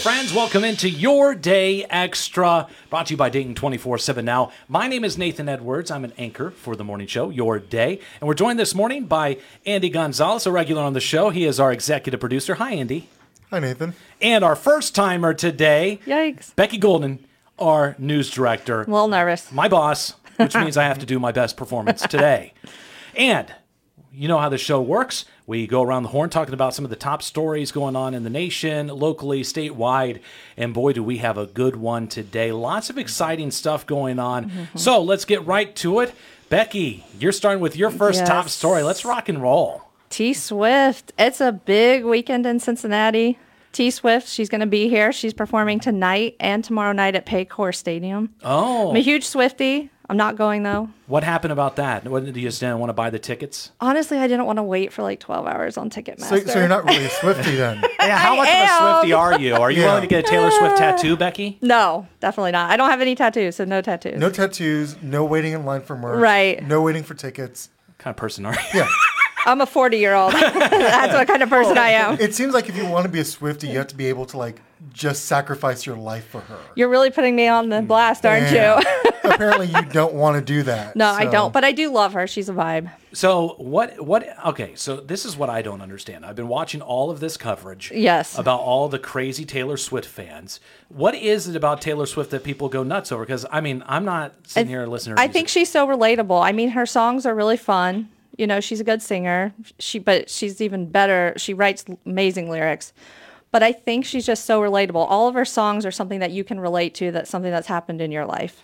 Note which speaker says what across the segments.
Speaker 1: friends. Welcome into Your Day Extra, brought to you by Dayton 24 7 Now. My name is Nathan Edwards. I'm an anchor for the morning show, Your Day. And we're joined this morning by Andy Gonzalez, a regular on the show. He is our executive producer. Hi, Andy.
Speaker 2: Hi, Nathan.
Speaker 1: And our first timer today,
Speaker 3: Yikes.
Speaker 1: Becky Golden, our news director.
Speaker 3: I'm a little nervous.
Speaker 1: my boss, which means I have to do my best performance today. And you know how the show works. We go around the horn talking about some of the top stories going on in the nation, locally, statewide. And boy, do we have a good one today. Lots of exciting stuff going on.
Speaker 3: Mm-hmm.
Speaker 1: So let's get right to it. Becky, you're starting with your first top
Speaker 3: Yes.
Speaker 1: story. Let's rock and roll.
Speaker 3: T Swift. It's a big weekend in Cincinnati. T Swift, she's going to be here. She's performing tonight and tomorrow night at Paycor Stadium.
Speaker 1: Oh,
Speaker 3: I'm a huge Swifty. I'm not going though.
Speaker 1: what happened about that? What, do you just didn't want to buy the tickets?
Speaker 3: Honestly, I didn't want to wait for like 12 hours on Ticketmaster.
Speaker 2: So, so you're not really a Swifty then?
Speaker 1: Yeah, how
Speaker 3: I
Speaker 1: much of a
Speaker 3: am.
Speaker 1: Swifty are you? Are you
Speaker 2: Yeah.
Speaker 1: willing to get a Taylor Swift tattoo, Becky?
Speaker 3: No, definitely not. I don't have any tattoos, so no tattoos.
Speaker 2: No tattoos, no waiting in line for merch,
Speaker 3: Right.
Speaker 2: No waiting for tickets.
Speaker 1: What kind of person are you?
Speaker 2: Yeah,
Speaker 3: I'm a 40 year old. That's what kind of person I am.
Speaker 2: it seems like if you want to be a Swifty, you have to be able to like just sacrifice your life for her.
Speaker 3: You're really putting me on the blast, aren't you?
Speaker 2: you? apparently, you don't want to do that.
Speaker 3: No, I
Speaker 2: so-
Speaker 3: don't, but I do love her. She's a vibe.
Speaker 1: So what? What? Okay. So this is what I don't understand. I've been watching all of this coverage.
Speaker 3: Yes.
Speaker 1: About all the crazy Taylor Swift fans. What is it about Taylor Swift that people go nuts over? Because I mean, I'm not sitting here listening. To her
Speaker 3: I think
Speaker 1: music.
Speaker 3: she's so relatable. I mean, her songs are really fun. You know, she's a good singer. She, but she's even better. She writes l- amazing lyrics. But I think she's just so relatable. All of her songs are something that you can relate to. That's something that's happened in your life.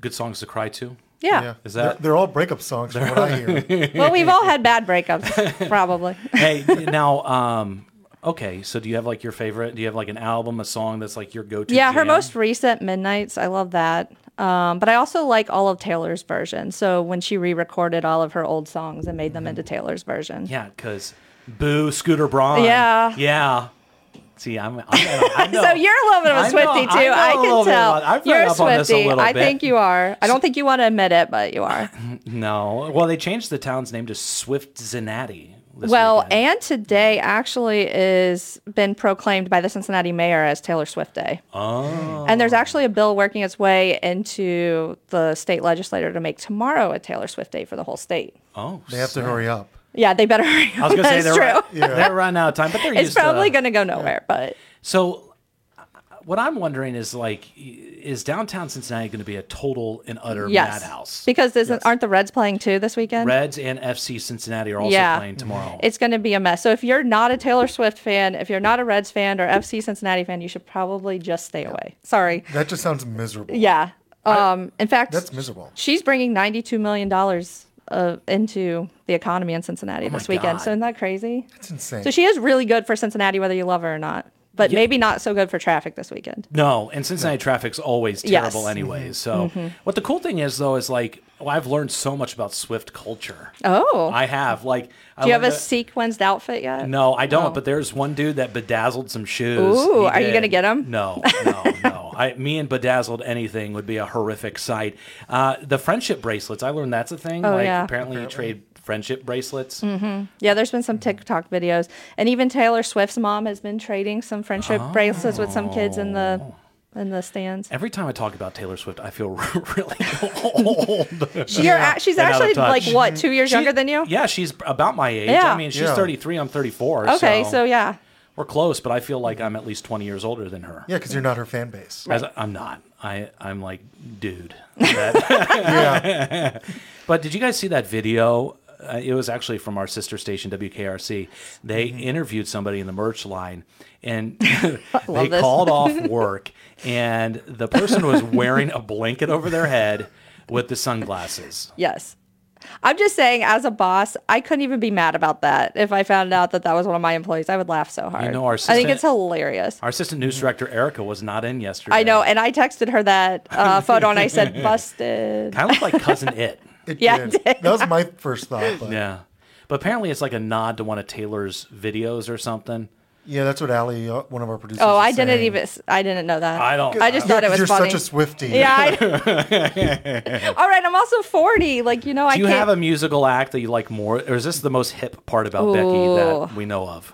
Speaker 1: good songs to cry to.
Speaker 3: Yeah.
Speaker 1: Is that-
Speaker 2: They're, they're all breakup songs from what I hear.
Speaker 3: well, we've all had bad breakups, probably.
Speaker 1: Hey, now, um, okay. So do you have like your favorite? Do you have like an album, a song that's like your go-to?
Speaker 3: Yeah, her
Speaker 1: jam?
Speaker 3: most recent Midnights. I love that. Um, but I also like all of Taylor's version. So when she re-recorded all of her old songs and made them into Taylor's version.
Speaker 1: Yeah, because Boo, Scooter Braun.
Speaker 3: Yeah.
Speaker 1: Yeah. See, I'm. I'm I know.
Speaker 3: So you're a little bit of
Speaker 1: I know-
Speaker 3: a Swifty
Speaker 1: I
Speaker 3: too.
Speaker 1: know
Speaker 3: I,
Speaker 1: a little
Speaker 3: can
Speaker 1: bit
Speaker 3: tell.
Speaker 1: about- I've read
Speaker 3: you're a
Speaker 1: up on this a
Speaker 3: Swifty.
Speaker 1: little
Speaker 3: I
Speaker 1: bit.
Speaker 3: think you are. I don't think you want to admit it, but you are.
Speaker 1: No. Well, they changed the town's name to Swift Zanatti. this
Speaker 3: well,
Speaker 1: weekend.
Speaker 3: and today actually is been proclaimed by the Cincinnati mayor as Taylor Swift Day. Oh. And there's actually a bill working its way into the state legislature to make tomorrow a Taylor Swift Day for the whole state.
Speaker 1: oh,
Speaker 2: They have to hurry up.
Speaker 3: Yeah, they better hurry
Speaker 1: I was gonna say
Speaker 3: it's
Speaker 1: they're
Speaker 3: true.
Speaker 1: right- they're running out of time, but they're
Speaker 3: It's
Speaker 1: used to- uh,
Speaker 3: probably going to go nowhere, but
Speaker 1: So, uh, what I'm wondering is like, i- is downtown Cincinnati going to be a total and utter
Speaker 3: yes.
Speaker 1: madhouse?
Speaker 3: Because isn't, aren't the Reds playing too this weekend?
Speaker 1: Reds and FC Cincinnati are also
Speaker 3: Yeah.
Speaker 1: playing tomorrow.
Speaker 3: it's going to be a mess. So if you're not a Taylor Swift fan, if you're not a Reds fan or FC Cincinnati fan, you should probably just stay away. Sorry.
Speaker 2: That just sounds miserable.
Speaker 3: Yeah. Um, in fact,
Speaker 2: That's miserable.
Speaker 3: she's bringing $92 million uh, into the economy in Cincinnati this
Speaker 1: Oh my
Speaker 3: weekend.
Speaker 1: God.
Speaker 3: So isn't that crazy?
Speaker 2: That's insane.
Speaker 3: So she is really good for Cincinnati, whether you love her or not, but maybe not so good for traffic this weekend.
Speaker 1: No, and Cincinnati traffic's always
Speaker 3: Yes. Mm-hmm.
Speaker 1: terrible anyway. So, what the cool thing is though is like, well, I've learned so much about Swift culture.
Speaker 3: Oh.
Speaker 1: I have like. I
Speaker 3: Do you have a
Speaker 1: learned that-
Speaker 3: sequenced outfit yet?
Speaker 1: No, I don't.
Speaker 3: Oh.
Speaker 1: But there's one dude that bedazzled some shoes.
Speaker 3: Ooh,
Speaker 1: He
Speaker 3: are you
Speaker 1: did.
Speaker 3: gonna get 'em?
Speaker 1: No, no, no. I, me and bedazzled anything would be a horrific sight. Uh, the friendship bracelets. I learned that's a thing.
Speaker 3: Oh,
Speaker 1: like
Speaker 3: yeah. Mm.
Speaker 1: apparently, you trade friendship bracelets.
Speaker 3: Yeah, there's been some TikTok videos, and even Taylor Swift's mom has been trading some friendship bracelets with some kids in the
Speaker 1: Oh.
Speaker 3: in the stands.
Speaker 1: Every time I talk about Taylor Swift, I feel really old.
Speaker 3: You're a- she's
Speaker 1: And out of
Speaker 3: actually like
Speaker 1: touch.
Speaker 3: what two years
Speaker 1: She-
Speaker 3: younger than you?
Speaker 1: Yeah, she's about my age. I
Speaker 3: Yeah.
Speaker 1: mean, she's
Speaker 2: Yeah.
Speaker 1: 33. I'm 34.
Speaker 3: Okay, so, yeah,
Speaker 1: we're close, but I feel like I'm at least 20 years older than her.
Speaker 2: yeah, because you're not her fan base.
Speaker 1: As I- I'm not. I I'm like, dude. That-
Speaker 2: Yeah,
Speaker 1: but did you guys see that video? Uh, it was actually from our sister station WKRC. They
Speaker 3: Mm-hmm.
Speaker 1: interviewed somebody in the merch line, and they
Speaker 3: love this.
Speaker 1: called off work, and the person was wearing a blanket over their head with the sunglasses.
Speaker 3: yes. I'm just saying, as a boss, I couldn't even be mad about that. If I found out that that was one of my employees, I would laugh so hard.
Speaker 1: know, our
Speaker 3: I think
Speaker 1: assistant-
Speaker 3: it's hilarious.
Speaker 1: Our assistant
Speaker 3: Mm.
Speaker 1: news director Erica was not in yesterday.
Speaker 3: I know, and I texted her that uh, photo, and I said, "Busted."
Speaker 1: Kind of like cousin it.
Speaker 2: it
Speaker 3: Yeah,
Speaker 2: did.
Speaker 3: it did.
Speaker 2: That was my first thought. But yeah.
Speaker 1: Yeah, but apparently it's like a nod to one of Taylor's videos or something.
Speaker 2: that's what Allie, uh, one of our producers.
Speaker 3: Oh,
Speaker 2: was
Speaker 3: I didn't
Speaker 2: saying.
Speaker 3: even. I didn't know that.
Speaker 1: I don't-
Speaker 3: I just
Speaker 2: Yeah,
Speaker 3: thought it
Speaker 2: 'cause
Speaker 3: was
Speaker 2: you're
Speaker 3: funny.
Speaker 2: such a Swifty.
Speaker 3: Yeah. I- All right, I'm also 40. Like, you know, I
Speaker 1: Do you
Speaker 3: can't.
Speaker 1: have a musical act that you like more, or is this the most hip part about Becky
Speaker 3: Ooh.
Speaker 1: that we know of?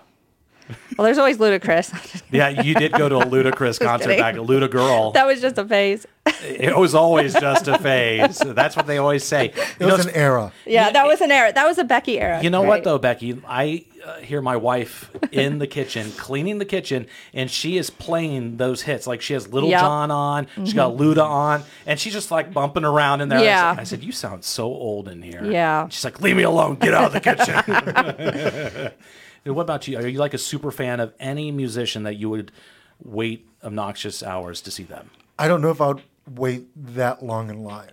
Speaker 3: Well, there's always Ludacris.
Speaker 1: Yeah, you did go to a ludicrous concert
Speaker 3: kidding.
Speaker 1: back at Luda Girl.
Speaker 3: that was just a phase.
Speaker 1: It was always just a phase. That's what they always say.
Speaker 2: It
Speaker 1: You know,
Speaker 2: was an era.
Speaker 3: Yeah, that was an era. That was a Becky era.
Speaker 1: You know what
Speaker 3: right?
Speaker 1: though, Becky? I uh, hear my wife in the kitchen cleaning the kitchen, and she is playing those hits. Like she has Little
Speaker 3: Yep.
Speaker 1: John on, she's got Luda on, and she's just like bumping around in there. I was
Speaker 3: Mm-hmm. Yeah.
Speaker 1: like- I said, "You sound so old in here."
Speaker 3: Yeah.
Speaker 1: She's like, "Leave me alone. Get out of the kitchen." And what about you? Are you like a super fan of any musician that you would wait obnoxious hours to see them?
Speaker 2: I don't know if I would wait that long in line,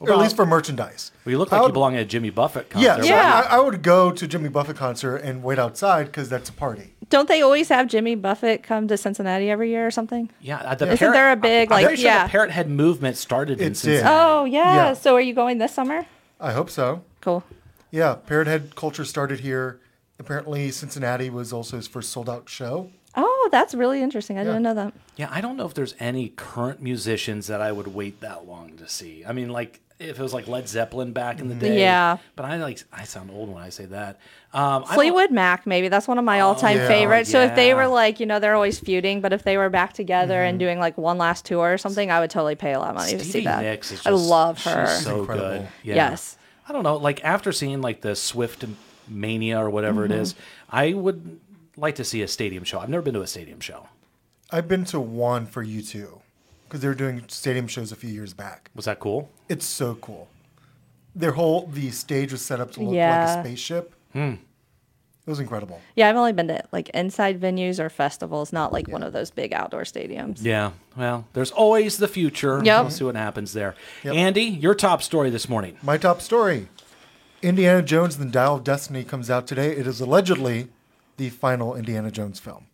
Speaker 2: or at
Speaker 1: Well-
Speaker 2: least for merchandise.
Speaker 1: Well, you look
Speaker 2: I
Speaker 1: like you
Speaker 2: would-
Speaker 1: belong at a Jimmy Buffett
Speaker 2: Yeah,
Speaker 1: concert.
Speaker 2: so
Speaker 3: Yeah.
Speaker 2: I, I would go to Jimmy Buffett concert and wait outside because that's a party.
Speaker 3: Don't they always have Jimmy Buffett come to Cincinnati every year or something?
Speaker 1: Yeah, uh, the
Speaker 3: Isn't there a big,
Speaker 1: I'm
Speaker 3: like-
Speaker 1: pretty sure
Speaker 3: yeah.
Speaker 1: the parrot head movement started in
Speaker 2: It did.
Speaker 1: Cincinnati.
Speaker 3: Oh yeah.
Speaker 2: Yeah.
Speaker 3: So are you going this summer?
Speaker 2: I hope so.
Speaker 3: Cool.
Speaker 2: Yeah, Parrot Head culture started here. Apparently, Cincinnati was also his first sold out show.
Speaker 3: Oh, that's really interesting. I didn't know that.
Speaker 1: Yeah, I don't know if there's any current musicians that I would wait that long to see. I mean, like if it was like Led Zeppelin back in the day.
Speaker 3: Mm-hmm. Yeah.
Speaker 1: But I like I sound old when I say that. Um, I don't- Oh,
Speaker 3: Fleetwood Mac, maybe that's one of my all-time
Speaker 2: yeah.
Speaker 3: favorites. So if they
Speaker 1: Yeah. Mm-hmm.
Speaker 3: were like, you know, they're always feuding, but if they were back together and doing like one last tour or something, I would totally pay a lot of money to see
Speaker 1: Stevie
Speaker 3: that.
Speaker 1: Nicks is
Speaker 3: I
Speaker 1: just-
Speaker 3: love her.
Speaker 1: She's so
Speaker 2: incredible.
Speaker 1: good. Yeah.
Speaker 3: Yes.
Speaker 1: I don't know. Like after seeing like the Swift Mania or whatever
Speaker 3: Mm-hmm.
Speaker 1: it is, I would like to see a stadium show. I've never been to a stadium show.
Speaker 2: I've been to one for U2 because they were doing stadium shows a few years back.
Speaker 1: Was that cool?
Speaker 2: It's so cool. Their whole the stage was set up to look like
Speaker 3: Yeah.
Speaker 2: a spaceship.
Speaker 1: Hmm.
Speaker 2: It was incredible.
Speaker 3: Yeah, I've only been to like inside venues or festivals, not like one of those big outdoor stadiums.
Speaker 1: Yeah. Well, there's always the future.
Speaker 3: Yep.
Speaker 1: We'll see what happens there.
Speaker 2: Yep.
Speaker 1: Andy, your top story this morning.
Speaker 2: My top story: Indiana Jones and the Dial of Destiny comes out today. It is allegedly the final Indiana Jones film.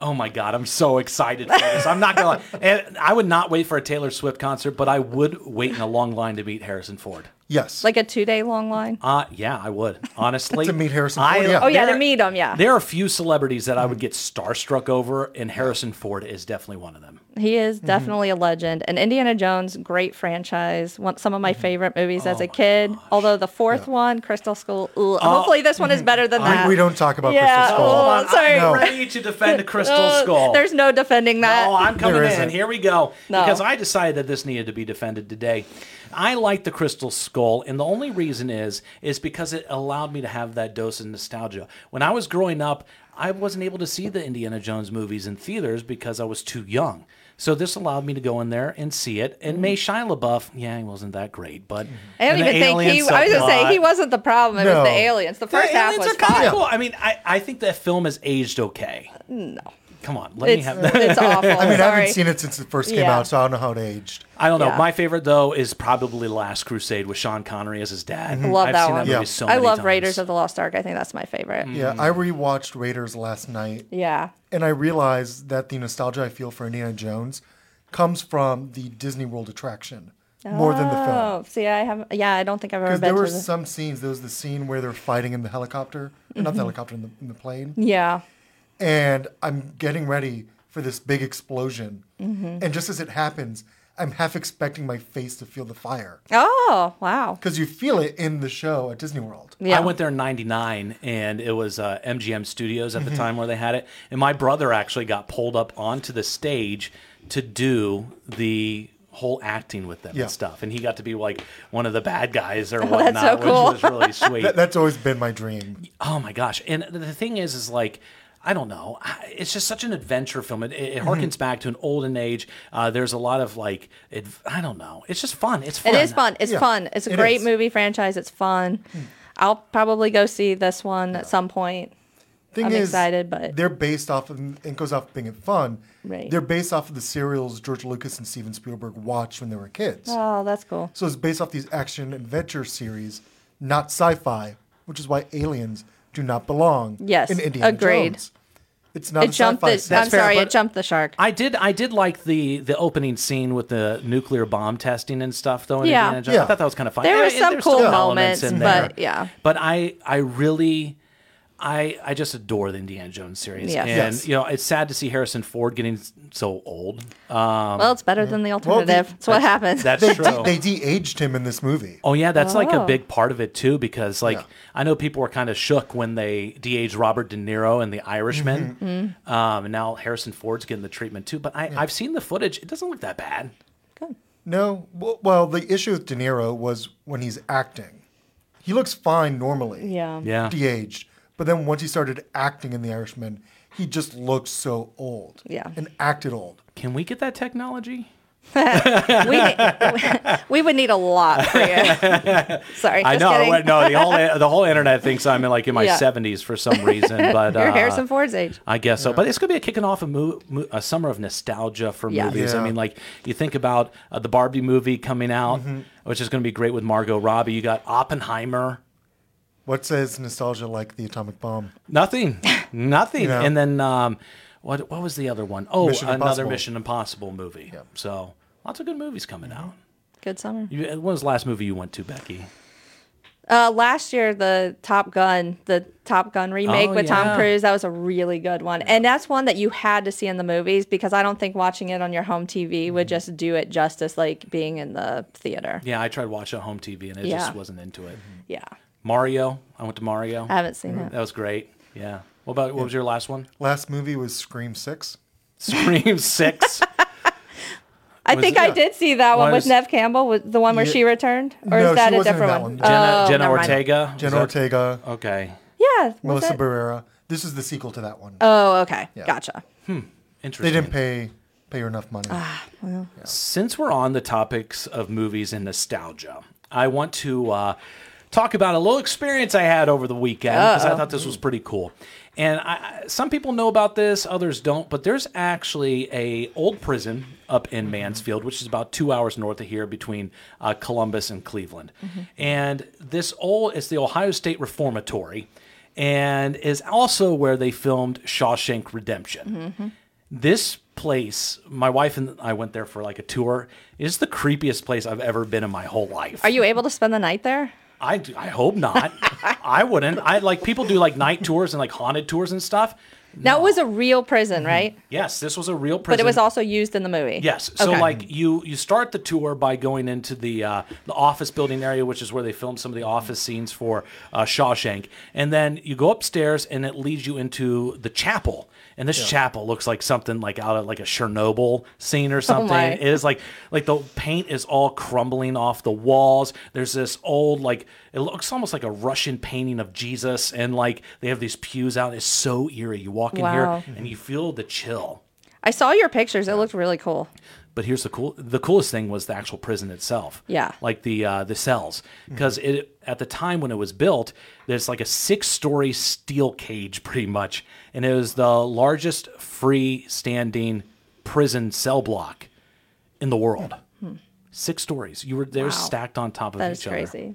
Speaker 1: Oh my God, I'm so excited for this. I'm not going to lie. I would not wait for a Taylor Swift concert, but I would wait in a long line to meet Harrison Ford.
Speaker 2: Yes,
Speaker 3: Like a two-day long line.
Speaker 1: Uh, yeah, I would. Honestly.
Speaker 2: To meet Harrison Ford, yeah. Mm-hmm.
Speaker 3: Oh, yeah, to
Speaker 1: there-
Speaker 3: meet him, yeah.
Speaker 1: There are a few celebrities that I would get starstruck over, and Harrison Ford is definitely one of them.
Speaker 3: He
Speaker 1: Mm-hmm.
Speaker 3: is definitely a legend. And Indiana Jones, great franchise. One, some of
Speaker 1: Mm-hmm.
Speaker 3: my favorite movies
Speaker 1: Oh
Speaker 3: as a kid. Although the fourth one, Crystal Skull. Ooh, hopefully this
Speaker 1: mm-hmm.
Speaker 3: one is better than
Speaker 2: We-
Speaker 3: that.
Speaker 2: we don't talk about
Speaker 3: Yeah,
Speaker 2: Crystal Skull.
Speaker 3: oh, sorry.
Speaker 1: I'm
Speaker 2: No.
Speaker 1: ready to defend the Crystal
Speaker 3: Uh,
Speaker 1: Skull.
Speaker 3: There's no defending that.
Speaker 1: Oh, I'm coming
Speaker 2: There
Speaker 1: in.
Speaker 2: isn't.
Speaker 1: Here we go.
Speaker 3: No.
Speaker 1: Because I decided that this needed to be defended today. I like the Crystal Skull, and the only reason is is because it allowed me to have that dose of nostalgia. When I was growing up, I wasn't able to see the Indiana Jones movies in theaters because I was too young. So this allowed me to go in there and see it. And May Shia LaBeouf, yeah, he wasn't that great, but
Speaker 3: Mm-hmm. I don't
Speaker 1: and the
Speaker 3: even think he.
Speaker 1: alien
Speaker 3: I was gonna say he
Speaker 1: subplot.
Speaker 3: wasn't the problem. It
Speaker 2: No.
Speaker 3: was the aliens. The
Speaker 1: The
Speaker 3: first half
Speaker 1: aliens
Speaker 3: was
Speaker 1: are kinda
Speaker 3: fine.
Speaker 1: cool. I mean, I, I think that film has aged okay. No. Come on, let me
Speaker 3: It's,
Speaker 1: have that.
Speaker 3: it's awful.
Speaker 2: I mean, I
Speaker 3: sorry.
Speaker 2: haven't seen it since it first came
Speaker 3: Yeah.
Speaker 2: out, so I don't know how it aged.
Speaker 1: I don't know.
Speaker 3: Yeah.
Speaker 1: My favorite though is probably Last Crusade with Sean Connery as his dad.
Speaker 3: Mm-hmm. Love
Speaker 1: I've
Speaker 3: that
Speaker 1: seen
Speaker 3: one.
Speaker 1: That movie
Speaker 2: Yeah.
Speaker 1: so
Speaker 3: I
Speaker 1: many
Speaker 3: love
Speaker 1: times. Mm.
Speaker 3: Raiders of the Lost Ark. I think that's my favorite.
Speaker 2: Yeah, I rewatched Raiders last night,
Speaker 3: Yeah.
Speaker 2: and I realized that the nostalgia I feel for Indiana Jones comes from the Disney World attraction more than the film.
Speaker 3: Oh, see, I haven't. Yeah, I don't think I've ever
Speaker 2: Because there
Speaker 3: been to.
Speaker 2: were
Speaker 3: the-
Speaker 2: some scenes. There was the scene where they're fighting in the helicopter,
Speaker 3: Mm-hmm.
Speaker 2: not the helicopter, in the, in the plane.
Speaker 3: Yeah.
Speaker 2: And I'm getting ready for this big explosion,
Speaker 3: Mm-hmm.
Speaker 2: and just as it happens, I'm half expecting my face to feel the fire
Speaker 3: Oh wow.
Speaker 2: because you feel it in the show at Disney World.
Speaker 3: Yeah.
Speaker 1: I went there in '99, and it was uh, MGM Studios at the
Speaker 2: Mm-hmm.
Speaker 1: time where they had it. And my brother actually got pulled up onto the stage to do the whole acting with them
Speaker 2: Yeah.
Speaker 1: and stuff. And he got to be like one of the bad guys or
Speaker 3: that's
Speaker 1: whatnot,
Speaker 3: so cool.
Speaker 1: which was really sweet.
Speaker 2: That, that's always been my dream.
Speaker 1: Oh my gosh! And the thing is, is like. I don't know. I- It's just such an adventure film. It, it
Speaker 3: Mm-hmm.
Speaker 1: harkens back to an olden age. Uh, there's a lot of like, it, I don't know. It's just fun. It's fun.
Speaker 3: It is fun. It's
Speaker 2: Yeah,
Speaker 3: fun. It's a
Speaker 2: it
Speaker 3: great
Speaker 2: is.
Speaker 3: movie franchise. It's fun. I'll probably go see this one at some point.
Speaker 2: Thing
Speaker 3: I'm
Speaker 2: is,
Speaker 3: excited, but-
Speaker 2: they're based off of and it goes off being fun.
Speaker 3: Right.
Speaker 2: They're based off of the serials George Lucas and Steven Spielberg watched when they were kids.
Speaker 3: Oh, that's cool.
Speaker 2: So it's based off these action adventure series, not sci-fi, which is why aliens do not belong.
Speaker 3: Yes,
Speaker 2: in Indiana
Speaker 3: agreed.
Speaker 2: Jones. It's not
Speaker 3: It
Speaker 2: a
Speaker 3: jumped
Speaker 2: sci-fi
Speaker 3: the.
Speaker 2: series.
Speaker 3: I'm
Speaker 1: fair,
Speaker 3: sorry.
Speaker 1: but-
Speaker 3: It jumped the shark.
Speaker 1: I did. I did like the the opening scene with the nuclear bomb testing and stuff, though. In
Speaker 3: Yeah.
Speaker 1: Indiana Jones. I
Speaker 2: Yeah.
Speaker 1: thought that was kind of fun.
Speaker 3: There were
Speaker 1: was
Speaker 3: some cool moments, but yeah.
Speaker 1: But I I really I, I just adore the Indiana Jones series,
Speaker 3: Yes.
Speaker 1: and
Speaker 2: Yes.
Speaker 1: you know it's sad to see Harrison Ford getting so old. Um,
Speaker 3: well, it's better than the
Speaker 2: Well, the-
Speaker 3: alternative. That's what happens.
Speaker 1: that's
Speaker 2: They
Speaker 1: true.
Speaker 2: de- they de-aged him in this movie.
Speaker 1: Oh yeah, that's like a
Speaker 3: Oh.
Speaker 1: big part of it too, because like
Speaker 2: Yeah.
Speaker 1: I know people were kind of shook when they de-aged Robert De Niro and The Irishman, um, and now Harrison Ford's getting the treatment too. But I, I've seen the footage; it doesn't look that bad.
Speaker 2: No, w- well, the issue with De Niro was when he's acting. He looks fine normally.
Speaker 3: yeah.
Speaker 1: Yeah,
Speaker 2: De-aged, but then once he started acting in The Irishman, he just looked so old.
Speaker 3: Yeah.
Speaker 2: and acted old.
Speaker 1: can we get that technology?
Speaker 3: we, we would need a lot for you. Sorry,
Speaker 1: I
Speaker 3: just
Speaker 1: know,
Speaker 3: kidding.
Speaker 1: I- no, the whole the whole internet thinks I'm in like in my
Speaker 3: Yeah.
Speaker 1: seventies for some reason, but
Speaker 3: You're
Speaker 1: uh,
Speaker 3: Harrison Ford's age.
Speaker 1: I guess so. But it's going to be a kicking off a, mo- mo- a summer of nostalgia for
Speaker 3: Yeah.
Speaker 1: movies. I
Speaker 2: Yeah.
Speaker 1: mean, like you think about uh, the Barbie movie coming out, which is going to be great with Margot Robbie. You got Oppenheimer.
Speaker 2: What says nostalgia like the atomic bomb?
Speaker 1: Nothing. Nothing.
Speaker 2: Yeah.
Speaker 1: And then um, what what was the other one? Oh,
Speaker 2: Mission
Speaker 1: another
Speaker 2: Impossible.
Speaker 1: Mission Impossible movie. So lots of good movies coming
Speaker 2: Mm-hmm.
Speaker 1: out.
Speaker 3: Good summer.
Speaker 1: You, when was the last movie you went to, Becky?
Speaker 3: Uh, last year, the Top Gun, the Top Gun remake
Speaker 1: Oh,
Speaker 3: with
Speaker 1: yeah.
Speaker 3: Tom Cruise, that was a really good one, and that's one that you had to see in the movies because I don't think watching it on your home TV
Speaker 1: Mm.
Speaker 3: would just do it justice, like being in the theater.
Speaker 1: Yeah, I tried to watch it on home TV and I
Speaker 3: Yeah.
Speaker 1: just wasn't into it.
Speaker 3: Yeah,
Speaker 1: Mario. I went to Mario.
Speaker 2: Uh,
Speaker 3: I haven't seen it.
Speaker 1: Mm. That was great. Yeah. What about what was your last one?
Speaker 2: Last movie was Scream Six.
Speaker 1: Scream Six.
Speaker 3: I
Speaker 1: Was
Speaker 3: think
Speaker 1: it-
Speaker 3: I did see that
Speaker 1: Why
Speaker 3: one with
Speaker 1: was-
Speaker 3: Nev Campbell, with the one where
Speaker 2: Yeah.
Speaker 3: she returned, or
Speaker 2: No,
Speaker 3: is that
Speaker 2: she
Speaker 3: a
Speaker 2: wasn't in
Speaker 3: different
Speaker 2: that
Speaker 3: one?
Speaker 2: one.
Speaker 1: Jenna,
Speaker 3: Oh,
Speaker 1: Jenna
Speaker 3: never mind.
Speaker 1: Ortega. Was
Speaker 2: Jenna
Speaker 1: that-
Speaker 2: Ortega,
Speaker 1: Okay.
Speaker 3: Yeah. was
Speaker 2: Melissa
Speaker 3: that-
Speaker 2: Barrera. This is the sequel to that one.
Speaker 3: Oh, okay. Gotcha.
Speaker 2: they
Speaker 1: Interesting.
Speaker 2: didn't pay pay her enough money.
Speaker 3: Ah.
Speaker 1: Since we're on the topics of movies and nostalgia, I want to uh, talk about a little experience I had over the weekend because I thought this was pretty cool. And I, I- some people know about this, others don't. But there's actually a old prison up in Mansfield, which is about two hours north of here, between uh, Columbus and Cleveland. And this old, it's the Ohio State Reformatory, and is also where they filmed Shawshank Redemption this place my wife and i went there for like a tour is the creepiest place i've ever been in my whole life
Speaker 3: Are you able to spend the night there?
Speaker 1: i, I hope not i wouldn't i like people do like night tours and like haunted tours and stuff
Speaker 3: That was a real prison, right?
Speaker 1: yes this was a real Mm-hmm. prison
Speaker 3: But it was also used in the movie.
Speaker 1: Yes. So
Speaker 3: Okay.
Speaker 1: like you you start the tour by going into the uh, the office building area, which is where they filmed some of the office scenes for uh, Shawshank, and then you go upstairs and it leads you into the chapel. And this chapel looks like something like out of like a Chernobyl scene or something.
Speaker 3: Oh my.
Speaker 1: it is like like the paint is all crumbling off the walls. There's this old like it looks almost like a Russian painting of Jesus, and like they have these pews out. It's so eerie. You walk in
Speaker 3: Wow.
Speaker 1: here and you feel the chill.
Speaker 3: I saw your pictures. It looked really cool.
Speaker 1: But here's the cool the coolest thing was the actual prison itself.
Speaker 3: Yeah.
Speaker 1: Like the uh, the cells because it at the time when it was built, there's like a six-story steel cage pretty much and it was the largest freestanding prison cell block in the world. Six stories. You were they were
Speaker 3: Hmm. Wow.
Speaker 1: stacked on top of
Speaker 3: That
Speaker 1: each
Speaker 3: is crazy.
Speaker 1: other.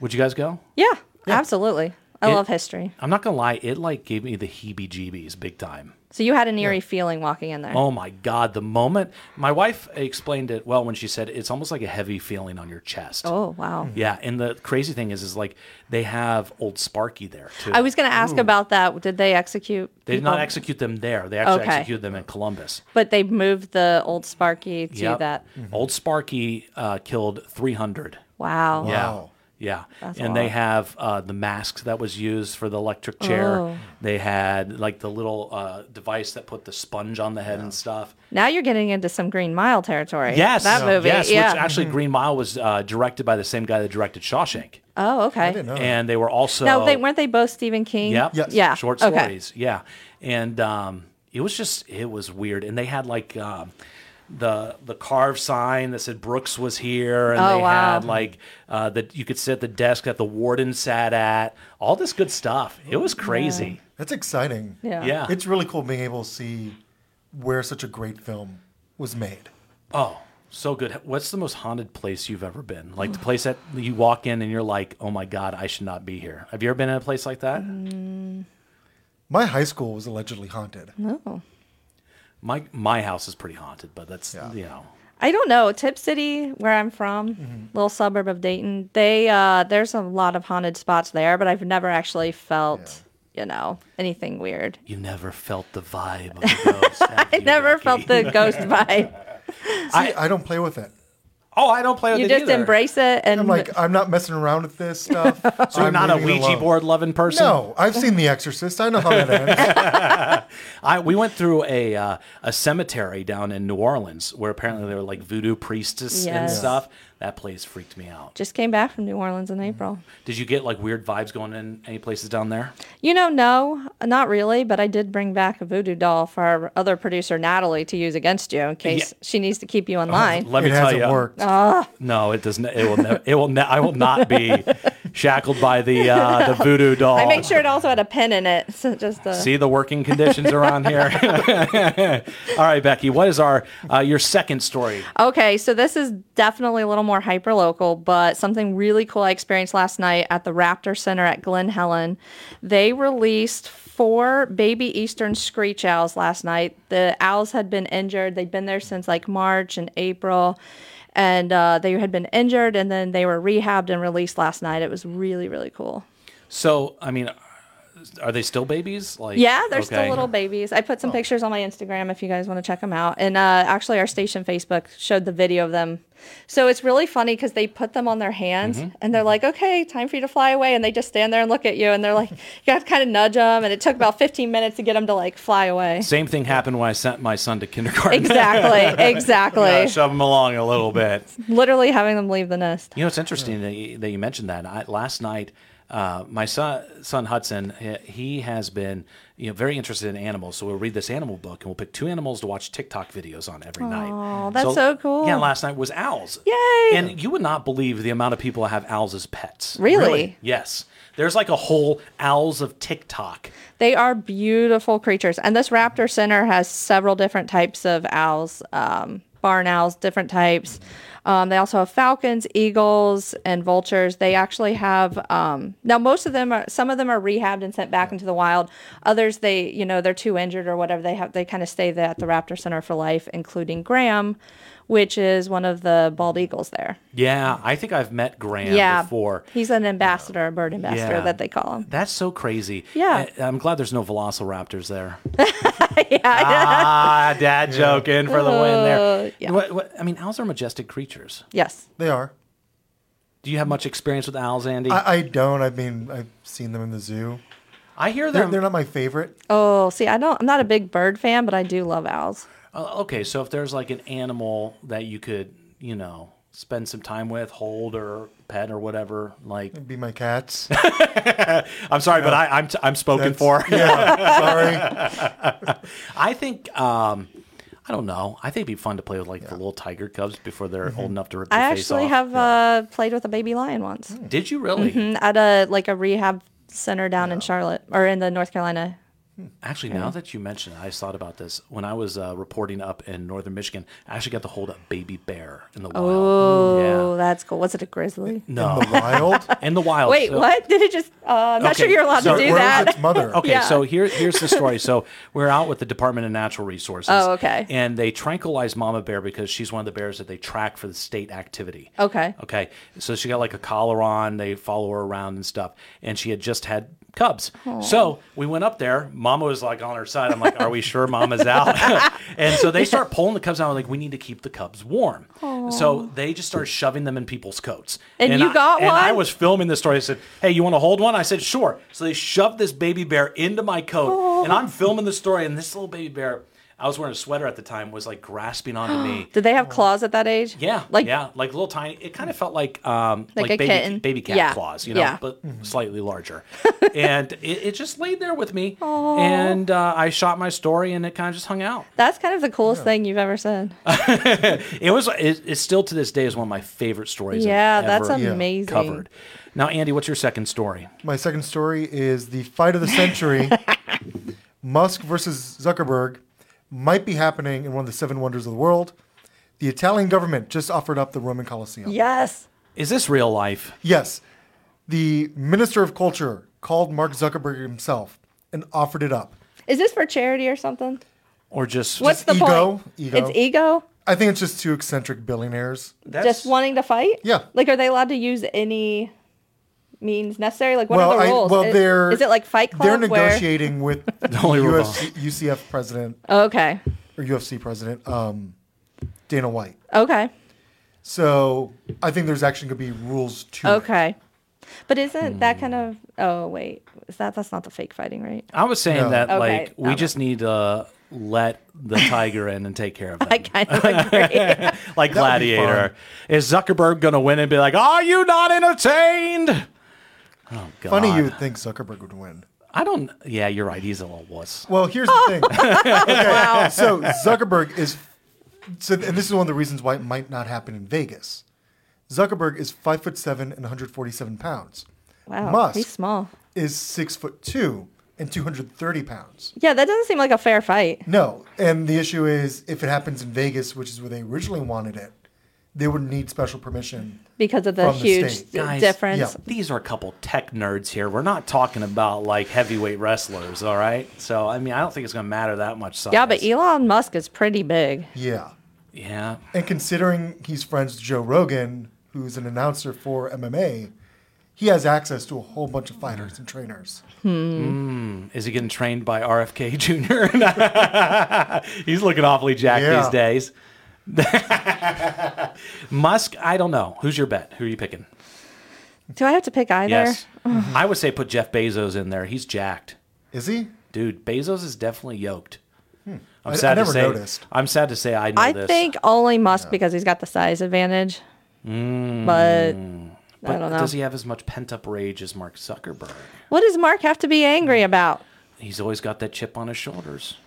Speaker 1: Would you guys go?
Speaker 3: Yeah, absolutely. I
Speaker 1: It-
Speaker 3: love history.
Speaker 1: I'm not going to lie, it like gave me the heebie-jeebies big time.
Speaker 3: So you had an eerie feeling walking in there.
Speaker 1: Oh my God, the moment. My wife explained it well when she said it's almost like a heavy feeling on your chest.
Speaker 3: Oh, wow.
Speaker 1: Yeah, and the crazy thing is, is like they have old Sparky there too.
Speaker 3: I was going to ask about that. Did they execute?
Speaker 1: they did not
Speaker 3: people?
Speaker 1: execute them there. They actually
Speaker 3: Okay.
Speaker 1: executed them in Columbus.
Speaker 3: But they moved the old Sparky to
Speaker 1: Yep. Mm-hmm.
Speaker 3: that.
Speaker 1: Old Sparky uh, killed 300.
Speaker 3: Wow.
Speaker 2: Wow.
Speaker 1: Yeah.
Speaker 3: That's a
Speaker 1: and they
Speaker 3: lot.
Speaker 1: have uh, the masks that was used for the electric chair.
Speaker 3: Oh.
Speaker 1: They had like the little uh, device that put the sponge on the head and stuff.
Speaker 3: Now you're getting into some Green Mile territory.
Speaker 1: Yes.
Speaker 3: That movie. Mm-hmm.
Speaker 1: Yes,
Speaker 3: yeah.
Speaker 1: which actually Green Mile was uh, directed by the same guy that directed Shawshank.
Speaker 3: oh, okay.
Speaker 2: didn't know.
Speaker 1: And they were also
Speaker 3: Now, they, weren't they both Stephen King?
Speaker 1: Yep.
Speaker 2: Yes.
Speaker 3: Yeah.
Speaker 1: Short
Speaker 3: Okay.
Speaker 1: stories. Yeah. And um, it was just it was weird. And they had like um, the the carved sign that said Brooks was here, and
Speaker 3: Oh,
Speaker 1: they
Speaker 3: wow.
Speaker 1: had like uh, that you could sit at the desk that the warden sat at. All this good stuff. It was crazy.
Speaker 2: That's exciting.
Speaker 3: Yeah.
Speaker 1: Yeah.
Speaker 2: It's really cool being able to see where such a great film was made.
Speaker 1: Oh, so good. What's the most haunted place you've ever been? Like the place that you walk in and you're like, oh my god, I should not be here. Have you ever been in a place like that?
Speaker 3: Mm.
Speaker 2: My high school was allegedly haunted.
Speaker 3: Oh.
Speaker 1: My my house is pretty haunted, but that's
Speaker 2: Yeah.
Speaker 1: you know.
Speaker 3: I don't know. Tip City, where I'm from,
Speaker 1: Mm-hmm.
Speaker 3: little suburb of Dayton. They uh, there's a lot of haunted spots there, but I've never actually felt you know, anything weird.
Speaker 1: You never felt the vibe of the ghost. have
Speaker 3: I
Speaker 1: you,
Speaker 3: never
Speaker 1: Becky?
Speaker 3: felt the ghost vibe.
Speaker 2: See, I, don't play with it.
Speaker 1: Oh, I don't play with
Speaker 3: You
Speaker 1: it
Speaker 3: just
Speaker 1: either.
Speaker 3: embrace it and
Speaker 2: I'm like, I'm not messing around with this stuff. so
Speaker 1: You're not a Ouija board loving person.
Speaker 2: No, I've seen The Exorcist. I know how that ends.
Speaker 1: I we went through a uh, a cemetery down in New Orleans where apparently there were like voodoo priestess and
Speaker 3: Yes.
Speaker 1: stuff. That place freaked me out.
Speaker 3: just came back from New Orleans
Speaker 1: Mm-hmm.
Speaker 3: in April.
Speaker 1: Did you get like weird vibes going in any places down there?
Speaker 3: You know, no, not really, but I did bring back a voodoo doll for our other producer, Natalie, to use against you in case she needs to keep you in line.
Speaker 1: Oh, Let
Speaker 2: it
Speaker 1: me tell Ah.
Speaker 2: hasn't
Speaker 1: you.
Speaker 2: worked.
Speaker 1: No, it doesn't. It will. Ne- it will. Ne- I will not be shackled by the uh, the voodoo doll.
Speaker 3: I make sure it also had a pin in it. So just uh
Speaker 1: See the working conditions are on here. All right, Becky, what is our uh, your second story?
Speaker 3: Okay, so this is definitely a little more hyper local, but something really cool I experienced last night at the Raptor Center at Glen Helen. They released four baby eastern screech owls last night. The owls had been injured. They'd been there since like March and April, and uh, they had been injured, and then they were rehabbed and released last night. It was really, really cool.
Speaker 1: So, I mean, are they still babies? Like,
Speaker 3: Yeah, they're still
Speaker 1: okay.
Speaker 3: little babies. I put some pictures on my Instagram if you guys want to check them out. And uh, actually, our station Facebook showed the video of them. So it's really funny because they put them on their hands and they're like, okay, time for you to fly away. And they just stand there and look at you. And they're like, you got to kind of nudge them. And it took about 15 minutes to get them to like fly away.
Speaker 1: Same thing happened when I sent my son to kindergarten.
Speaker 3: Exactly. Exactly.
Speaker 1: Gotta shove him along a little bit.
Speaker 3: Literally having them leave the nest.
Speaker 1: You know, it's interesting that, you, that you mentioned that. I, last night, uh, my son, son Hudson, he- he has been you know very interested in animals. So we'll read this animal book, and we'll pick two animals to watch TikTok videos on every night.
Speaker 3: that's so cool.
Speaker 1: Yeah, last night was owls.
Speaker 3: Yay!
Speaker 1: And you would not believe the amount of people that have owls as pets.
Speaker 3: Really?
Speaker 1: Yes. There's like a whole owls of TikTok.
Speaker 3: They are beautiful creatures. And this raptor center has several different types of owls, um, barn owls, different types. Um, they also have falcons, eagles, and vultures. They actually have um, now most of them are some of them are rehabbed and sent back into the wild. Others they you know they're too injured or whatever. They have they kind of stay there at the raptor center for life, including Graham, which is one of the bald eagles there.
Speaker 1: Yeah, I think I've met Graham
Speaker 3: yeah,
Speaker 1: before.
Speaker 3: he's an ambassador, a bird ambassador
Speaker 1: Yeah.
Speaker 3: that they call him.
Speaker 1: That's so crazy.
Speaker 3: Yeah.
Speaker 1: I, am glad there's no velociraptors there. ah, dad joking for the win there.
Speaker 3: Uh, yeah.
Speaker 1: What, what, I mean, owls are majestic creatures.
Speaker 3: Yes.
Speaker 2: they are.
Speaker 1: Do you have much experience with owls, Andy? I,
Speaker 2: I, I don't. I mean, I've seen them in the zoo.
Speaker 1: hear
Speaker 2: They're,
Speaker 1: them.
Speaker 2: they're not my favorite.
Speaker 3: Oh, see, I don't. I'm not a big bird fan, but I do love owls.
Speaker 1: Uh, okay, so if there's like an animal that you could, you know, spend some time with, hold or pet or whatever, like
Speaker 2: It'd be my cats.
Speaker 1: I'm sorry, but I, I'm t- I'm spoken
Speaker 2: That's-
Speaker 1: for.
Speaker 2: yeah, sorry.
Speaker 1: I think um, I don't know. I think it'd be fun to play with like the little tiger cubs before they're
Speaker 2: Mm-hmm.
Speaker 1: old enough to rip their
Speaker 3: I
Speaker 1: face
Speaker 3: actually
Speaker 1: off.
Speaker 3: have Mm-hmm. uh, played with a baby lion once
Speaker 1: Did you really?
Speaker 3: at a like a rehab center down in Charlotte or in the North Carolina.
Speaker 1: Actually, now that you mention it, I just thought about this. When I was uh, reporting up in northern Michigan, I actually got to hold a baby bear in the wild.
Speaker 3: Oh,
Speaker 1: Hmm, yeah.
Speaker 3: that's cool. Was it a grizzly?
Speaker 1: No,
Speaker 2: In the wild.
Speaker 1: in the wild.
Speaker 3: Wait,
Speaker 1: so-
Speaker 3: what? Did it just? Uh, I'm not
Speaker 1: Okay,
Speaker 3: sure you're allowed
Speaker 1: so
Speaker 3: to do
Speaker 2: Where
Speaker 3: that.
Speaker 2: was its mother?
Speaker 1: Okay,
Speaker 3: Yeah.
Speaker 1: so here, here's the story. So we're out with the Department of Natural Resources.
Speaker 3: Oh, okay.
Speaker 1: And they tranquilize Mama Bear because she's one of the bears that they track for the state activity.
Speaker 3: Okay.
Speaker 1: Okay. So she got like a collar on. They follow her around and stuff. And she had just had cubs. So we went up there. Mama was like on her side. I'm like, are we sure Mama's out? and so they start pulling the cubs out. I'm like, we need to keep the cubs warm. So they just start shoving them in people's coats.
Speaker 3: And you
Speaker 1: I,
Speaker 3: got
Speaker 1: and I
Speaker 3: one?
Speaker 1: was filming this story. I said, hey, you want to hold one? I said, sure. So they shoved this baby bear into my coat. And I'm filming the story. And this little baby bear, I was wearing a sweater at the time, was like grasping onto me.
Speaker 3: Did they have claws at that age?
Speaker 1: Oh. Yeah,
Speaker 3: Like
Speaker 1: yeah, like little tiny. It kind of felt like um like,
Speaker 3: Like a
Speaker 1: baby
Speaker 3: kitten.
Speaker 1: baby cat
Speaker 3: Yeah,
Speaker 1: claws, you know,
Speaker 3: yeah.
Speaker 1: but slightly larger. and it, it just laid there with me, and uh, I shot my story, and it kind of just hung out.
Speaker 3: that's kind of the coolest thing you've ever said.
Speaker 1: It was it, it's still to this day is one of my favorite stories. I've
Speaker 3: Yeah, that's
Speaker 1: ever
Speaker 3: amazing.
Speaker 1: Covered. Now, Andy, what's your second story?
Speaker 2: My second story is the fight of the century. Musk versus Zuckerberg might be happening in one of the seven wonders of the world. The Italian government just offered up the Roman Colosseum.
Speaker 3: Yes.
Speaker 1: Is this real life?
Speaker 2: Yes, the minister of culture called Mark Zuckerberg himself and offered it up.
Speaker 3: Is this for charity or something?
Speaker 1: Or just
Speaker 3: What's the
Speaker 2: ego,
Speaker 3: point?
Speaker 2: ego.
Speaker 3: It's ego.
Speaker 2: I think it's just two eccentric billionaires.
Speaker 1: that's,
Speaker 3: just wanting to fight?
Speaker 2: Yeah.
Speaker 3: Like, are they allowed to use any means necessary? Like, what
Speaker 2: well,
Speaker 3: are the
Speaker 2: I,
Speaker 3: rules?
Speaker 2: well,
Speaker 3: Is-
Speaker 2: they're
Speaker 3: is it like Fight Club?
Speaker 2: They're
Speaker 3: where-
Speaker 2: negotiating with the
Speaker 1: Only revolve.
Speaker 2: US, UCF president
Speaker 3: Okay.
Speaker 2: or UFC president um, Dana White.
Speaker 3: Okay.
Speaker 2: So I think there's actually going to be rules to it.
Speaker 3: Okay. But isn't
Speaker 2: Hmm.
Speaker 3: that kind of? Oh wait, is that that's not the fake fighting, right?
Speaker 2: Uh.
Speaker 1: I was saying
Speaker 2: No.
Speaker 1: that
Speaker 3: Okay,
Speaker 1: like we
Speaker 3: no.
Speaker 1: just need to let the tiger in and take care of
Speaker 3: I
Speaker 1: them.
Speaker 3: kind of agree.
Speaker 1: like
Speaker 2: That would be
Speaker 1: Gladiator. Is Zuckerberg gonna win and be like, "Are you not entertained?" Oh God!
Speaker 2: Funny you would think Zuckerberg would win.
Speaker 1: I don't. Yeah, you're right. He's a little wuss.
Speaker 2: Well, here's the thing. Okay, So Zuckerberg is, so, and this is one of the reasons why it might not happen in Vegas. Zuckerberg is five foot seven and 147 pounds.
Speaker 3: wow,
Speaker 2: Musk
Speaker 3: he's small.
Speaker 2: is six foot two and 230 pounds.
Speaker 3: Yeah, that doesn't seem like a fair fight.
Speaker 2: No, and the issue is if it happens in Vegas, which is where they originally wanted it, they would need special permission.
Speaker 3: because of the
Speaker 2: From the
Speaker 3: huge
Speaker 2: state.
Speaker 3: d-
Speaker 1: Guys,
Speaker 3: difference.
Speaker 2: yeah.
Speaker 1: These are a couple tech nerds here. We're not talking about like heavyweight wrestlers, all right? So I mean, I don't think it's gonna matter that much. Size.
Speaker 3: Yeah. but Elon Musk is pretty big.
Speaker 2: Yeah,
Speaker 1: yeah,
Speaker 2: and considering he's friends with Joe Rogan, who's an announcer for MMA, he has access to a whole bunch of fighters and trainers.
Speaker 1: is he getting trained by RFK Jr.? He's looking awfully jacked
Speaker 2: Yeah.
Speaker 1: these days. Musk, I don't know. Who's your bet? Who are you picking?
Speaker 3: Do I have to pick either?
Speaker 1: Yes, I would say put Jeff Bezos in there. He's jacked.
Speaker 2: Is he?
Speaker 1: dude bezos is definitely yoked i'm
Speaker 2: Hmm. I- I
Speaker 1: sad
Speaker 2: never
Speaker 1: to say
Speaker 2: noticed.
Speaker 1: i'm sad to say i know
Speaker 3: I
Speaker 1: this
Speaker 3: think only Musk because he's got the size advantage. But,
Speaker 1: Mm. but
Speaker 3: I don't know.
Speaker 1: does he have as much pent-up rage as mark zuckerberg
Speaker 3: what does Mark have to be angry about?
Speaker 1: he's always got that chip on his shoulders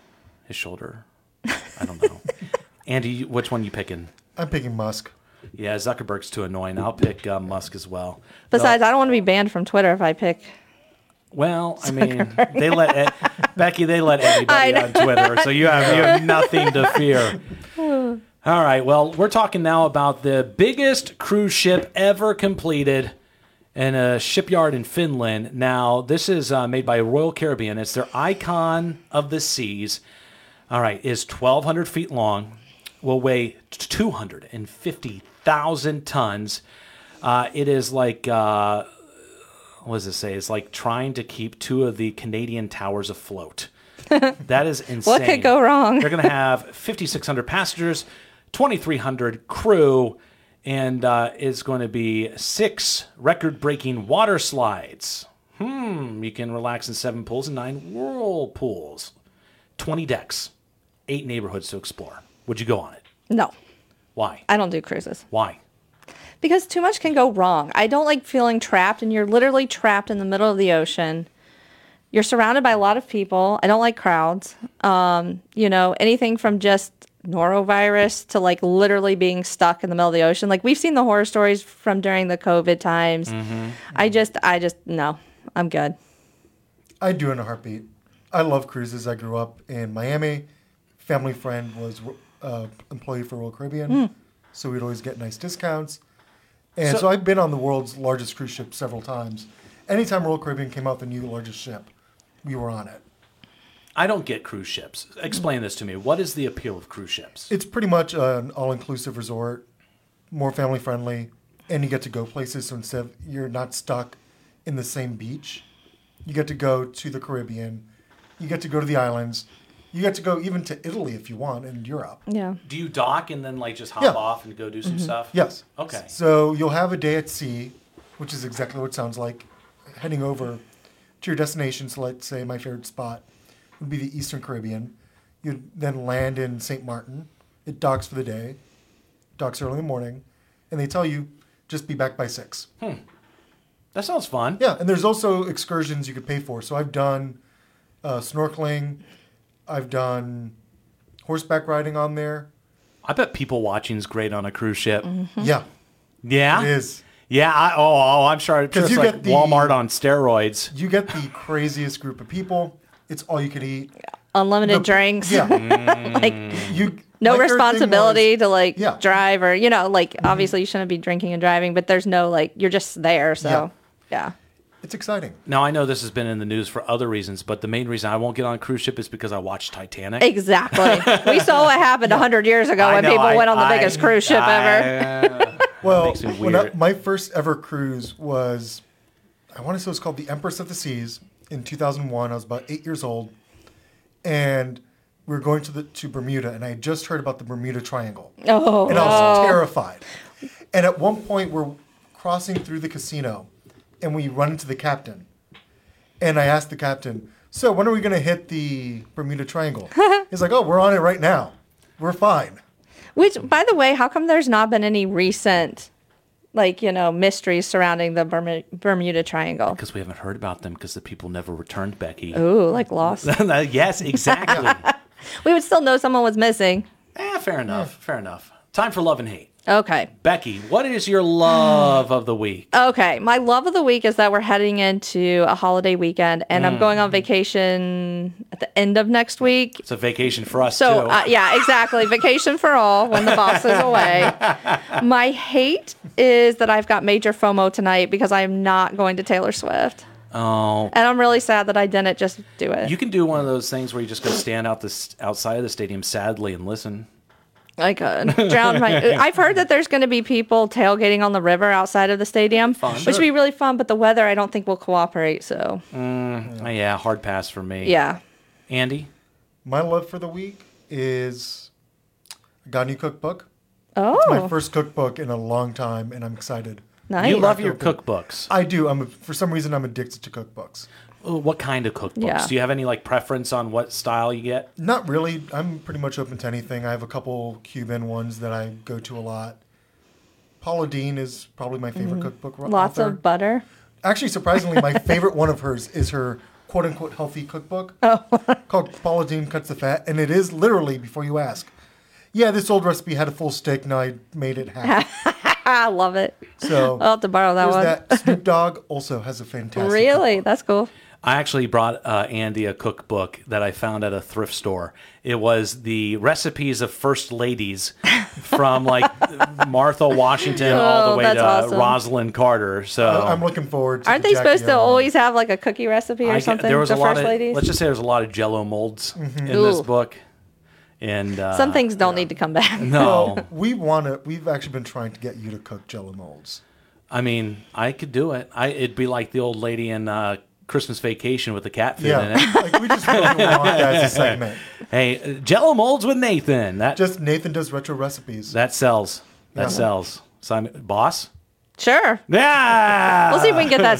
Speaker 1: his shoulder i don't know andy which one you picking
Speaker 2: I'm picking Musk.
Speaker 1: yeah zuckerberg's too annoying i'll pick uh, musk as well Though-
Speaker 3: Besides, I don't want to be banned from Twitter if I pick.
Speaker 1: well i mean they let e-, becky they let everybody on twitter so you have you have nothing to fear All right. Well, we're talking now about the biggest cruise ship ever completed in a shipyard in Finland. Now, this is uh, made by Royal Caribbean. It's their icon of the seas. All right, is 1,200 feet long, will weigh 250,000 tons. Uh, it is like, uh, what does it say? It's like trying to keep two of the Canadian towers afloat. that is insane.
Speaker 3: What could go wrong?
Speaker 1: They're going to have 5,600 passengers, 2,300 crew, and uh, it's going to be six record breaking water slides. Hmm, you can relax in seven pools and nine whirlpools, 20 decks, eight neighborhoods to explore. Would you go on it?
Speaker 3: No,
Speaker 1: Why?
Speaker 3: I don't do cruises
Speaker 1: Why?
Speaker 3: because too much can go wrong. I don't like feeling trapped, and you're literally trapped in the middle of the ocean. You're surrounded by a lot of people. I don't like crowds. Um, you know, anything from just norovirus to like literally being stuck in the middle of the ocean. Like we've seen the horror stories from during the COVID times.
Speaker 2: Mm-hmm.
Speaker 3: I just, I just, no, I'm good.
Speaker 2: I do in a heartbeat. I love cruises. I grew up in Miami. Family friend was uh, employee for Royal Caribbean, so we'd always get nice discounts. And so,
Speaker 1: So-
Speaker 2: I've been on the world's largest cruise ship several times. Anytime Royal Caribbean came out with a new largest ship, we were on it.
Speaker 1: I don't get cruise ships. Explain this to me. What is the appeal of cruise ships?
Speaker 2: It's pretty much an all-inclusive resort, more family friendly, and you get to go places. So instead, of, you're not stuck in the same beach. You get to go to the Caribbean. You get to go to the islands. You get to go even to Italy if you want and Europe.
Speaker 3: Yeah.
Speaker 1: Do you dock and then like just hop
Speaker 2: Yeah. Mm-hmm.
Speaker 1: off and go do some stuff?
Speaker 2: Yes.
Speaker 1: Okay.
Speaker 2: So you'll have a day at sea, which is exactly what it sounds like, heading over to your destination. So let's say my favorite spot would be the Eastern Caribbean. You'd then land in St. Martin. It docks for the day, docks early in the morning, and they tell you just be back by six.
Speaker 1: That sounds fun.
Speaker 2: Yeah, and there's also excursions you could pay for. So I've done uh, snorkeling, I've done horseback riding on there.
Speaker 1: I bet people watching is great on a cruise ship.
Speaker 2: Yeah,
Speaker 1: Yeah.
Speaker 2: Mm-hmm. it is.
Speaker 1: Yeah. I, oh, oh, I'm sure. I'm sure
Speaker 2: 'Cause
Speaker 1: it's
Speaker 2: you
Speaker 1: like
Speaker 2: get the-
Speaker 1: Walmart on steroids.
Speaker 2: You get the craziest group of people. It's all you can eat.
Speaker 3: Unlimited
Speaker 2: The-
Speaker 3: drinks.
Speaker 2: Yeah.
Speaker 1: Mm.
Speaker 3: like
Speaker 2: You
Speaker 3: no
Speaker 2: like your thing
Speaker 3: responsibility
Speaker 2: was-
Speaker 3: to like
Speaker 2: Yeah. Mm-hmm.
Speaker 3: drive or you know like obviously you shouldn't be drinking and driving but there's no like you're just there so yeah,
Speaker 2: it's exciting.
Speaker 1: Now I know this has been in the news for other reasons, but the main reason I won't get on a cruise ship is because I watched Titanic.
Speaker 3: exactly we saw what happened a 100 years ago
Speaker 1: I
Speaker 3: when
Speaker 1: know,
Speaker 3: people
Speaker 1: I-
Speaker 3: went on the
Speaker 1: I-
Speaker 3: biggest cruise ship ever
Speaker 1: I-
Speaker 2: Well,
Speaker 1: makes me
Speaker 2: when I-
Speaker 1: weird.
Speaker 2: my first ever cruise was, I I want to say it was called The Empress of the Seas in 2001. I was about eight years old, and we were going to the to Bermuda, and I had just heard about the Bermuda Triangle,
Speaker 3: Oh,
Speaker 2: and I was terrified. And at one point, we're crossing through the casino, and we run into the captain, and I asked the captain, "So when are we going to hit the Bermuda Triangle?" He's like, "Oh, we're on it right now. We're fine."
Speaker 3: which, by the way, how come there's not been any recent, like you know, mysteries surrounding the Bermu- Bermuda Triangle?
Speaker 1: Because we haven't heard about them because the people never returned, Becky.
Speaker 3: Ooh, like lost.
Speaker 1: yes, exactly.
Speaker 3: we would still know someone was missing.
Speaker 1: eh, fair enough. Fair enough. Time for love and hate.
Speaker 3: Okay.
Speaker 1: Becky, what is your love of the week?
Speaker 3: Okay, my love of the week is that we're heading into a holiday weekend, and
Speaker 1: Mm.
Speaker 3: I'm going on vacation at the end of next week.
Speaker 1: It's a vacation for us
Speaker 3: So
Speaker 1: too.
Speaker 3: uh, yeah, exactly. Vacation for all when the boss is away. My hate is that I've got major FOMO tonight because I am not going to Taylor Swift,
Speaker 1: oh,
Speaker 3: and I'm really sad that I didn't just do it.
Speaker 1: you can do one of those things where you just go stand out this outside of the stadium sadly and listen.
Speaker 3: I could drown my. I've heard that there's going to be people tailgating on the river outside of the stadium, which would be really fun. But the weather, I don't think will cooperate. So
Speaker 1: Oh, yeah, hard pass for me.
Speaker 3: yeah.
Speaker 1: Andy,
Speaker 2: My love for the week is I got a new cookbook.
Speaker 3: Oh,
Speaker 2: It's my first cookbook in a long time, and I'm excited.
Speaker 3: nice.
Speaker 1: you love your cookbooks.
Speaker 2: I do. I'm for some reason I'm addicted to cookbooks.
Speaker 1: Oh, What kind of cookbooks?
Speaker 3: Yeah.
Speaker 1: Do you have any like preference on what style you get?
Speaker 2: Not really. I'm pretty much open to anything. I have a couple Cuban ones that I go to a lot. Paula Dean is probably my favorite cookbook ro-
Speaker 3: Mm-hmm. Lots
Speaker 2: author.
Speaker 3: of butter.
Speaker 2: Actually, surprisingly, my favorite one of hers is her quote unquote healthy cookbook
Speaker 3: Oh.
Speaker 2: called Paula Dean Cuts the Fat. And it is literally, before you ask, yeah, this old recipe had a full steak. Now I made it half.
Speaker 3: I love it.
Speaker 2: So
Speaker 3: I'll have to borrow that
Speaker 2: there's
Speaker 3: one.
Speaker 2: that. Snoop Dogg also has a fantastic.
Speaker 3: really? That's cool.
Speaker 1: I actually brought uh, Andy a cookbook that I found at a thrift store. It was the recipes of first ladies from like Martha Washington all the
Speaker 3: Oh,
Speaker 1: way
Speaker 3: that's
Speaker 1: to
Speaker 3: awesome.
Speaker 1: Rosalind Carter. So
Speaker 2: cookbook. I'm looking forward to
Speaker 3: Aren't
Speaker 2: the
Speaker 3: they
Speaker 2: Jackie
Speaker 3: supposed to
Speaker 2: O one.
Speaker 3: always have like a cookie recipe or
Speaker 1: I get-
Speaker 3: something?
Speaker 1: there was
Speaker 3: the
Speaker 1: a lot
Speaker 3: first
Speaker 1: of,
Speaker 3: ladies.
Speaker 1: Let's just say there's a lot of Jello molds
Speaker 2: Mm-hmm.
Speaker 1: in this
Speaker 3: Ooh.
Speaker 1: book, and uh,
Speaker 3: Some things don't need to come back.
Speaker 1: No,
Speaker 2: We want to. We've actually been trying to get you to cook jello molds.
Speaker 1: I mean I could do it. I it'd be like the old lady in uh, Christmas Vacation with the cat food in
Speaker 2: Yeah,
Speaker 1: it.
Speaker 2: like we just really want that as a segment.
Speaker 1: Hey, uh, Jello molds with Nathan. That
Speaker 2: Just Nathan does retro recipes.
Speaker 1: that sells. That
Speaker 2: Yeah.
Speaker 1: sells. Simon, boss.
Speaker 3: Sure.
Speaker 1: Yeah.
Speaker 3: We'll see if we can get that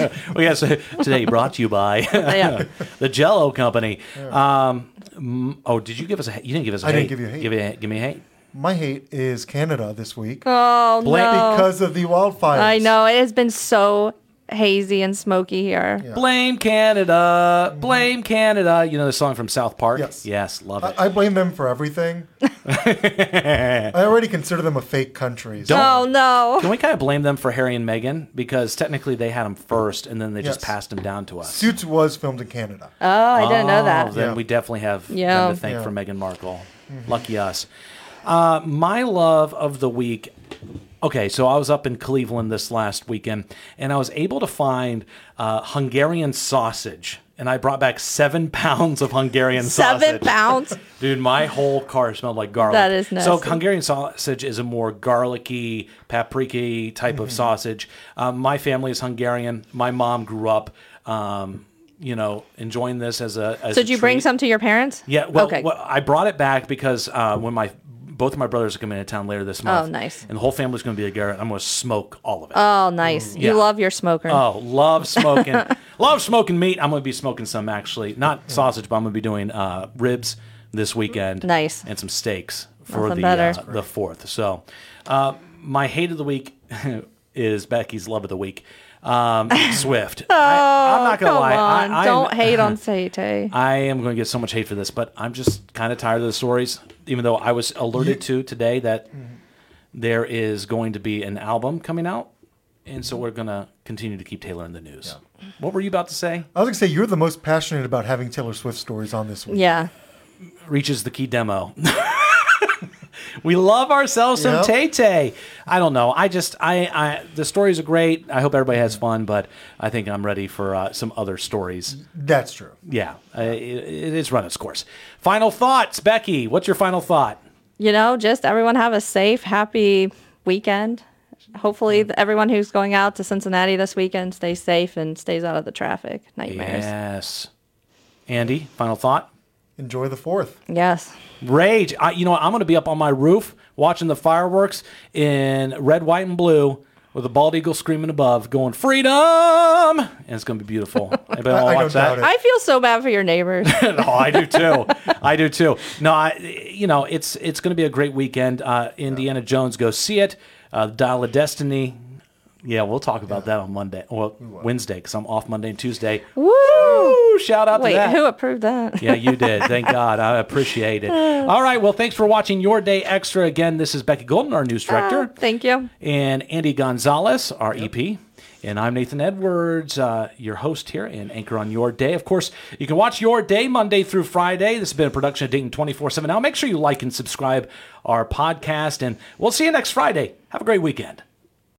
Speaker 1: well, yes, today brought to you by
Speaker 3: yeah.
Speaker 1: the Jello Company. Um, mm, oh, did you give us a? You didn't give us a
Speaker 2: I
Speaker 1: hate.
Speaker 2: didn't give you a hate.
Speaker 1: Give, it, give me a hate.
Speaker 2: My hate is Canada this week
Speaker 3: Oh
Speaker 1: Blame-
Speaker 3: no.
Speaker 2: because of the wildfires.
Speaker 3: I know it has been so hazy and smoky here. Oh,
Speaker 2: Yeah. Mm-hmm.
Speaker 1: Blame Canada. Blame Canada. You know the song from South Park?
Speaker 2: Yes.
Speaker 1: love it.
Speaker 2: I, I blame them for everything. I already consider them a fake country. so-
Speaker 1: Don't-
Speaker 3: Oh no.
Speaker 1: Can we kind of blame them for Harry and Meghan? Because technically they had them first and then they just
Speaker 2: Yes.
Speaker 1: passed them down to us.
Speaker 2: Suits was filmed in Canada.
Speaker 3: Oh, I didn't know
Speaker 1: Oh,
Speaker 3: that.
Speaker 1: then
Speaker 2: Yeah.
Speaker 1: we definitely have
Speaker 3: Yeah.
Speaker 1: them to thank
Speaker 2: Yeah. Mm-hmm.
Speaker 1: for Meghan Markle. Lucky us. Uh, my love of the week. Okay, so I was up in Cleveland this last weekend, and I was able to find uh, Hungarian sausage, and I brought back seven pounds of Hungarian sausage.
Speaker 3: Seven pounds.
Speaker 1: Dude, my whole car smelled like garlic.
Speaker 3: That is nasty.
Speaker 1: So Hungarian sausage is a more garlicky, paprika type
Speaker 3: Mm-hmm.
Speaker 1: of sausage. Um, my family is Hungarian. My mom grew up, um, you know, enjoying this as a. As
Speaker 3: So
Speaker 1: a
Speaker 3: did you bring
Speaker 1: treat.
Speaker 3: some to your parents?
Speaker 1: Yeah. Well,
Speaker 3: okay.
Speaker 1: well, I brought it back because uh, when my both of my brothers are coming into town later this month.
Speaker 3: Oh, nice.
Speaker 1: And the whole family's going to be together. and I'm going to smoke all of it.
Speaker 3: oh, nice.
Speaker 1: mm, yeah.
Speaker 3: You love your smoker.
Speaker 1: Oh, love smoking, love smoking meat. I'm gonna be smoking some actually, not sausage, but I'm gonna be doing uh, ribs this weekend.
Speaker 3: Nice.
Speaker 1: and some steaks for
Speaker 3: Nothing
Speaker 1: the uh,
Speaker 3: better.
Speaker 1: the fourth. So, uh, my hate of the week is Becky's love of the week, um, Swift. I, am not gonna
Speaker 3: Oh, Come
Speaker 1: lie.
Speaker 3: on.
Speaker 1: I, I am-
Speaker 3: Don't hate on Tay Tay.
Speaker 1: I am going to get so much hate for this, but I'm just kind of tired of the stories. Even though I was alerted to today that there is going to be an album coming out, and so we're going to continue to keep Taylor in the news. What were you about to say?
Speaker 2: I was gonna say you're the most passionate about having Taylor Swift stories on this week.
Speaker 3: Yeah.
Speaker 1: Reaches the key demo. we love ourselves some
Speaker 2: Yep.
Speaker 1: Tay Tay. I don't know. I just I I the stories are great. I hope everybody has fun, but I think I'm ready for uh, some other stories.
Speaker 2: That's true.
Speaker 1: Yeah, uh, it, it's run its course. Final thoughts, Becky. What's your final thought?
Speaker 3: you know, just everyone have a safe, happy weekend. hopefully th- everyone who's going out to Cincinnati this weekend stays safe and stays out of the traffic nightmares.
Speaker 1: Yes. Andy, final thought?
Speaker 2: Enjoy the fourth.
Speaker 3: Yes.
Speaker 1: Rage. I, you know what? I'm going to be up on my roof watching the fireworks in red, white, and blue with a bald eagle screaming above, going, Freedom! And it's going to be beautiful. Anybody
Speaker 2: I-
Speaker 1: want
Speaker 2: I
Speaker 1: to
Speaker 2: don't
Speaker 1: watch that?
Speaker 2: doubt it.
Speaker 3: I feel so bad for your neighbors.
Speaker 1: oh, I do too. I do too. No, I, you know, it's it's going to be a great weekend. Uh, Indiana Jones, go see it. Uh, Dial of Destiny. Yeah, we'll talk about that on Monday. Well, Wednesday, because I'm off Monday and Tuesday.
Speaker 3: Woo!
Speaker 1: Woo! Shout out to
Speaker 3: Wait,
Speaker 1: that.
Speaker 3: who approved that?
Speaker 1: yeah, you did. Thank God. I appreciate it. All right. Well, thanks for watching Your Day Extra. Again, this is Becky Golden, our news director
Speaker 3: Oh, Thank you.
Speaker 1: and Andy Gonzalez, our EP. And I'm Nathan Edwards, uh, your host here and anchor on Your Day. Of course, you can watch Your Day Monday through Friday. This has been a production of Dayton 24 7. Now, make sure you like and subscribe our podcast, and we'll see you next Friday. Have a great weekend.